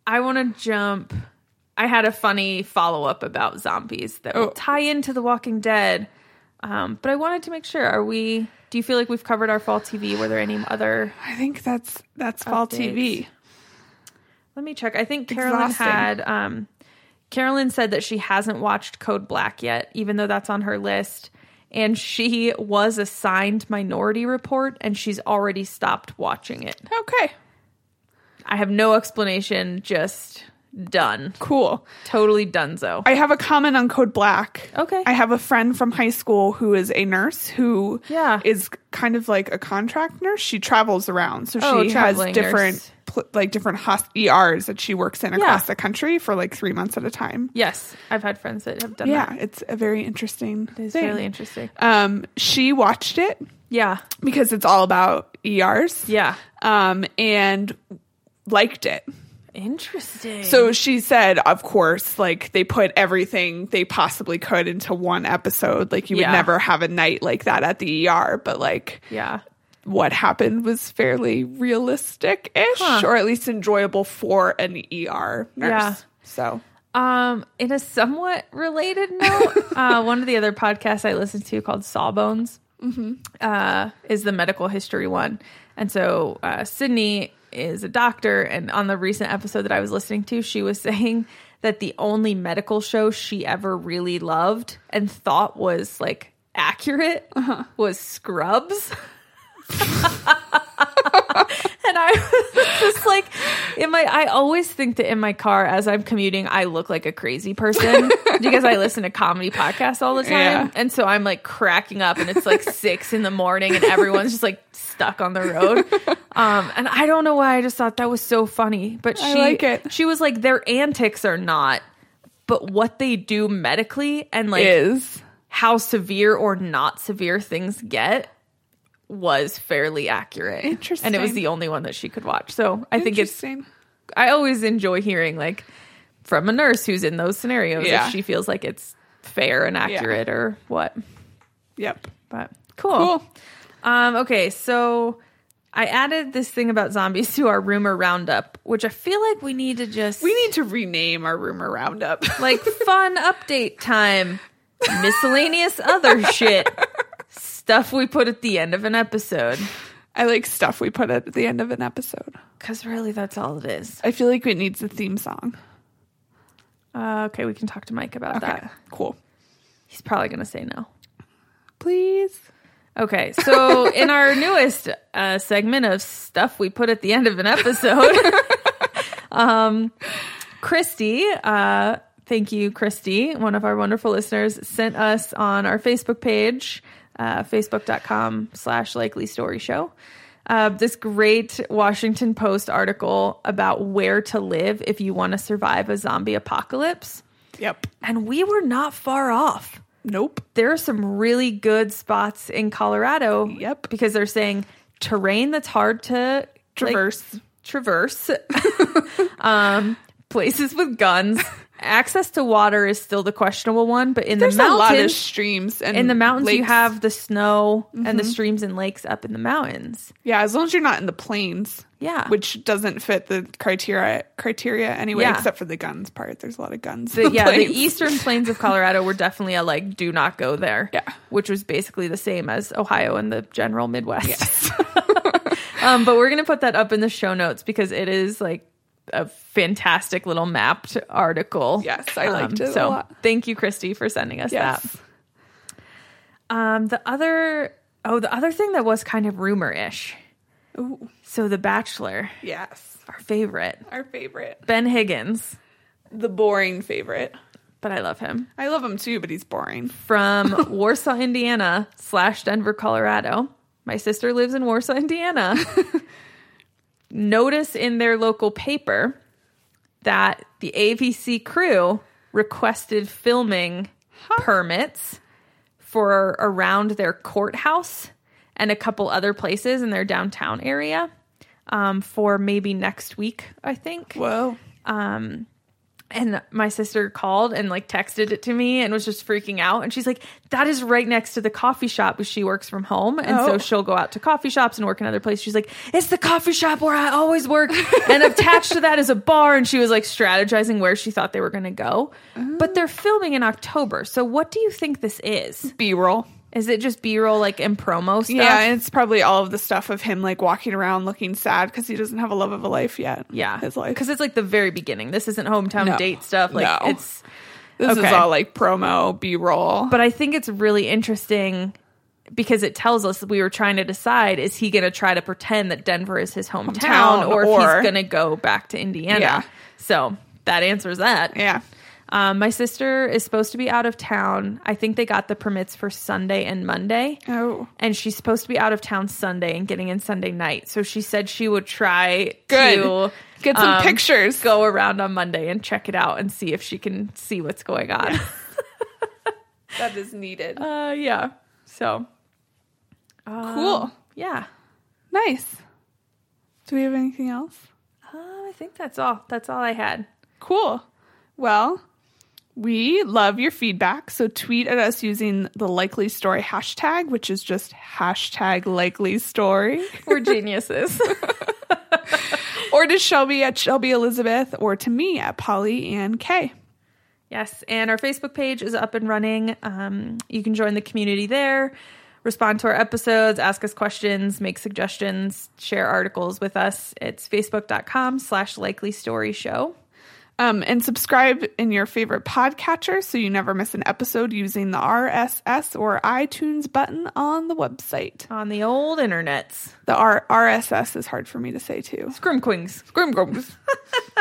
I want to jump. I had a funny follow up about zombies that will Oh. tie into The Walking Dead. Um, but I wanted to make sure are we, do you feel like we've covered our fall TV? Were there any other? I think that's that's fall Updates. TV. Let me check. I think Carolyn Exhausting. had, um, Carolyn said that she hasn't watched Code Black yet, even though that's on her list. And she was assigned Minority Report and she's already stopped watching it. Okay. I have no explanation, just Done. Cool. Totally donezo. I have a comment on Code Black. Okay. I have a friend from high school who is a nurse who is Yeah. kind of like a contract nurse. She travels around, so Oh, she has traveling nurse. different pl- like different hos- ERs that she works in across Yeah. the country for like three months at a time. yes. I've had friends that have done Yeah, that. it's a very interesting. It's thing. really interesting. Um, she watched it Yeah. because it's all about ERs. Yeah. Um, and liked it. Interesting. So she said, of course, like they put everything they possibly could into one episode. Like you Yeah. would never have a night like that at the ER, but like yeah. what happened was fairly realistic ish, Huh. or at least enjoyable for an ER nurse. Yeah. So Um, in a somewhat related note, uh, one of the other podcasts I listen to called Sawbones uh, is the medical history one, and so uh, Sydney is a doctor, and on the recent episode that I was listening to, she was saying that the only medical show she ever really loved and thought was like accurate was Scrubs. And I was just like, in my, I always think that in my car as I'm commuting, I look like a crazy person because I listen to comedy podcasts all the time. Yeah. And so I'm like cracking up and it's like six in the morning and everyone's just like stuck on the road. Um, and I don't know why I just thought that was so funny, but she, I like it. she was like, their antics are not, but what they do medically and like is how severe or not severe things get was fairly accurate. And it was Interesting. the only one that she could watch. So I think it's, interesting. I always enjoy hearing like from a nurse who's in those scenarios Yeah. if she feels like it's fair and accurate or what. Yep. But cool. Cool. Um, okay, so I added this thing about zombies to our rumor roundup, which I feel like we need to just We need to rename our rumor roundup. like fun update time, miscellaneous other shit, stuff we put at the end of an episode. I like stuff we put at the end of an episode. Because really, that's all it is. I feel like it needs a theme song. Uh, okay, we can talk to Mike about Okay. that. Cool. He's probably going to say no. Please. Okay, so in our newest uh, segment of stuff we put at the end of an episode, um, Christy, uh, thank you, Christy, one of our wonderful listeners, sent us on our Facebook page, uh, facebook.com slash likely story show, uh, this great Washington Post article about where to live if you want to survive a zombie apocalypse. Yep. And we were not far off Nope. there are some really good spots in Colorado. Yep. Because they're saying terrain that's hard to like, Traverse. traverse, um, places with guns. Access to water is still the questionable one, but in There's the a lot of mountains, streams and in the mountains, you lakes. Mm-hmm. have the snow and the streams and lakes up in the mountains. yeah. As long as you're not in the plains, Yeah. which doesn't fit the criteria criteria anyway, Yeah. except for the guns part. There's a lot of guns. in the, the yeah, plains. the eastern plains of Colorado were definitely a like do not go there. Yeah. Which was basically the same as Ohio and the general Midwest. um, but we're gonna put that up in the show notes because it is like a fantastic little mapped article. Um, Yes, I liked it a So lot. thank you, Christy, for sending us Yes. that. Um the other oh, the other thing that was kind of rumor ish. Ooh. So The Bachelor, Yes. our favorite. Our favorite. Ben Higgins. The boring favorite. But I love him. I love him too, but he's boring. from Warsaw, Indiana slash Denver, Colorado. My sister lives in Warsaw, Indiana. Notice in their local paper that the AVC crew requested filming permits for around their courthouse and a couple other places in their downtown area um, for maybe next week, I think. Whoa. And my sister called and like texted it to me and was just freaking out. And she's like, that is right next to the coffee shop because she works from home. And so Oh. she'll go out to coffee shops and work in other places. She's like, it's the coffee shop where I always work. and attached to that is a bar. And she was like strategizing where she thought they were going to go. But they're filming in October. So what do you think this is? B roll. Is it just B roll like and promo stuff? Yeah, and it's probably all of the stuff of him like walking around looking sad because he doesn't have a love of a life yet. Yeah. his life. Because it's like the very beginning. This isn't hometown No. date stuff. Like No. it's. This Okay. is all like promo, B roll. but I think it's really interesting because it tells us that we were trying to decide is he going to try to pretend that Denver is his hometown, Hometown, or, if or- he's going to go back to Indiana. Yeah. So that answers that. Yeah. Um, my sister is supposed to be out of town. I think they got the permits for Sunday and Monday. Oh. And she's supposed to be out of town Sunday and getting in Sunday night. So she said she would try Good. to Get some um, pictures. Go around on Monday and check it out and see if she can see what's going on. That is needed. Yeah. Uh, yeah. So um, Cool. Yeah. Nice. Do we have anything else? Um, I think that's all. That's all I had. Cool. Well, we love your feedback. So tweet at us using the likely story hashtag, which is just hashtag likely story, We're geniuses. or to Shelby at Shelby Elizabeth, or to me at Polly and Kay. Yes, and our Facebook page is up and running. Um, you can join the community there, respond to our episodes, ask us questions, make suggestions, share articles with us. It's facebook.com slash likely story show. Um, and subscribe in your favorite podcatcher so you never miss an episode using the RSS or iTunes button on the website. On the old internets. The R- RSS is hard for me to say too. Scrimquings. Scream, grumbles.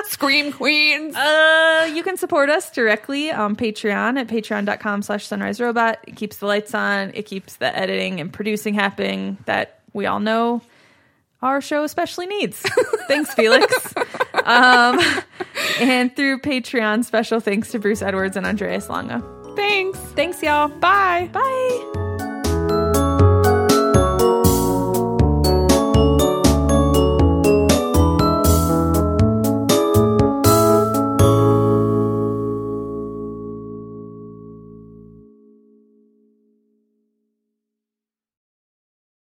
Scream queens. Uh, you can support us directly on Patreon at patreon.com slash sunrise robot. It keeps the lights on. It keeps the editing and producing happening that we all know our show especially needs. thanks, Felix. um, and through Patreon, special thanks to Bruce Edwards and Andreas Longa. Thanks. Thanks, y'all. Bye. Bye.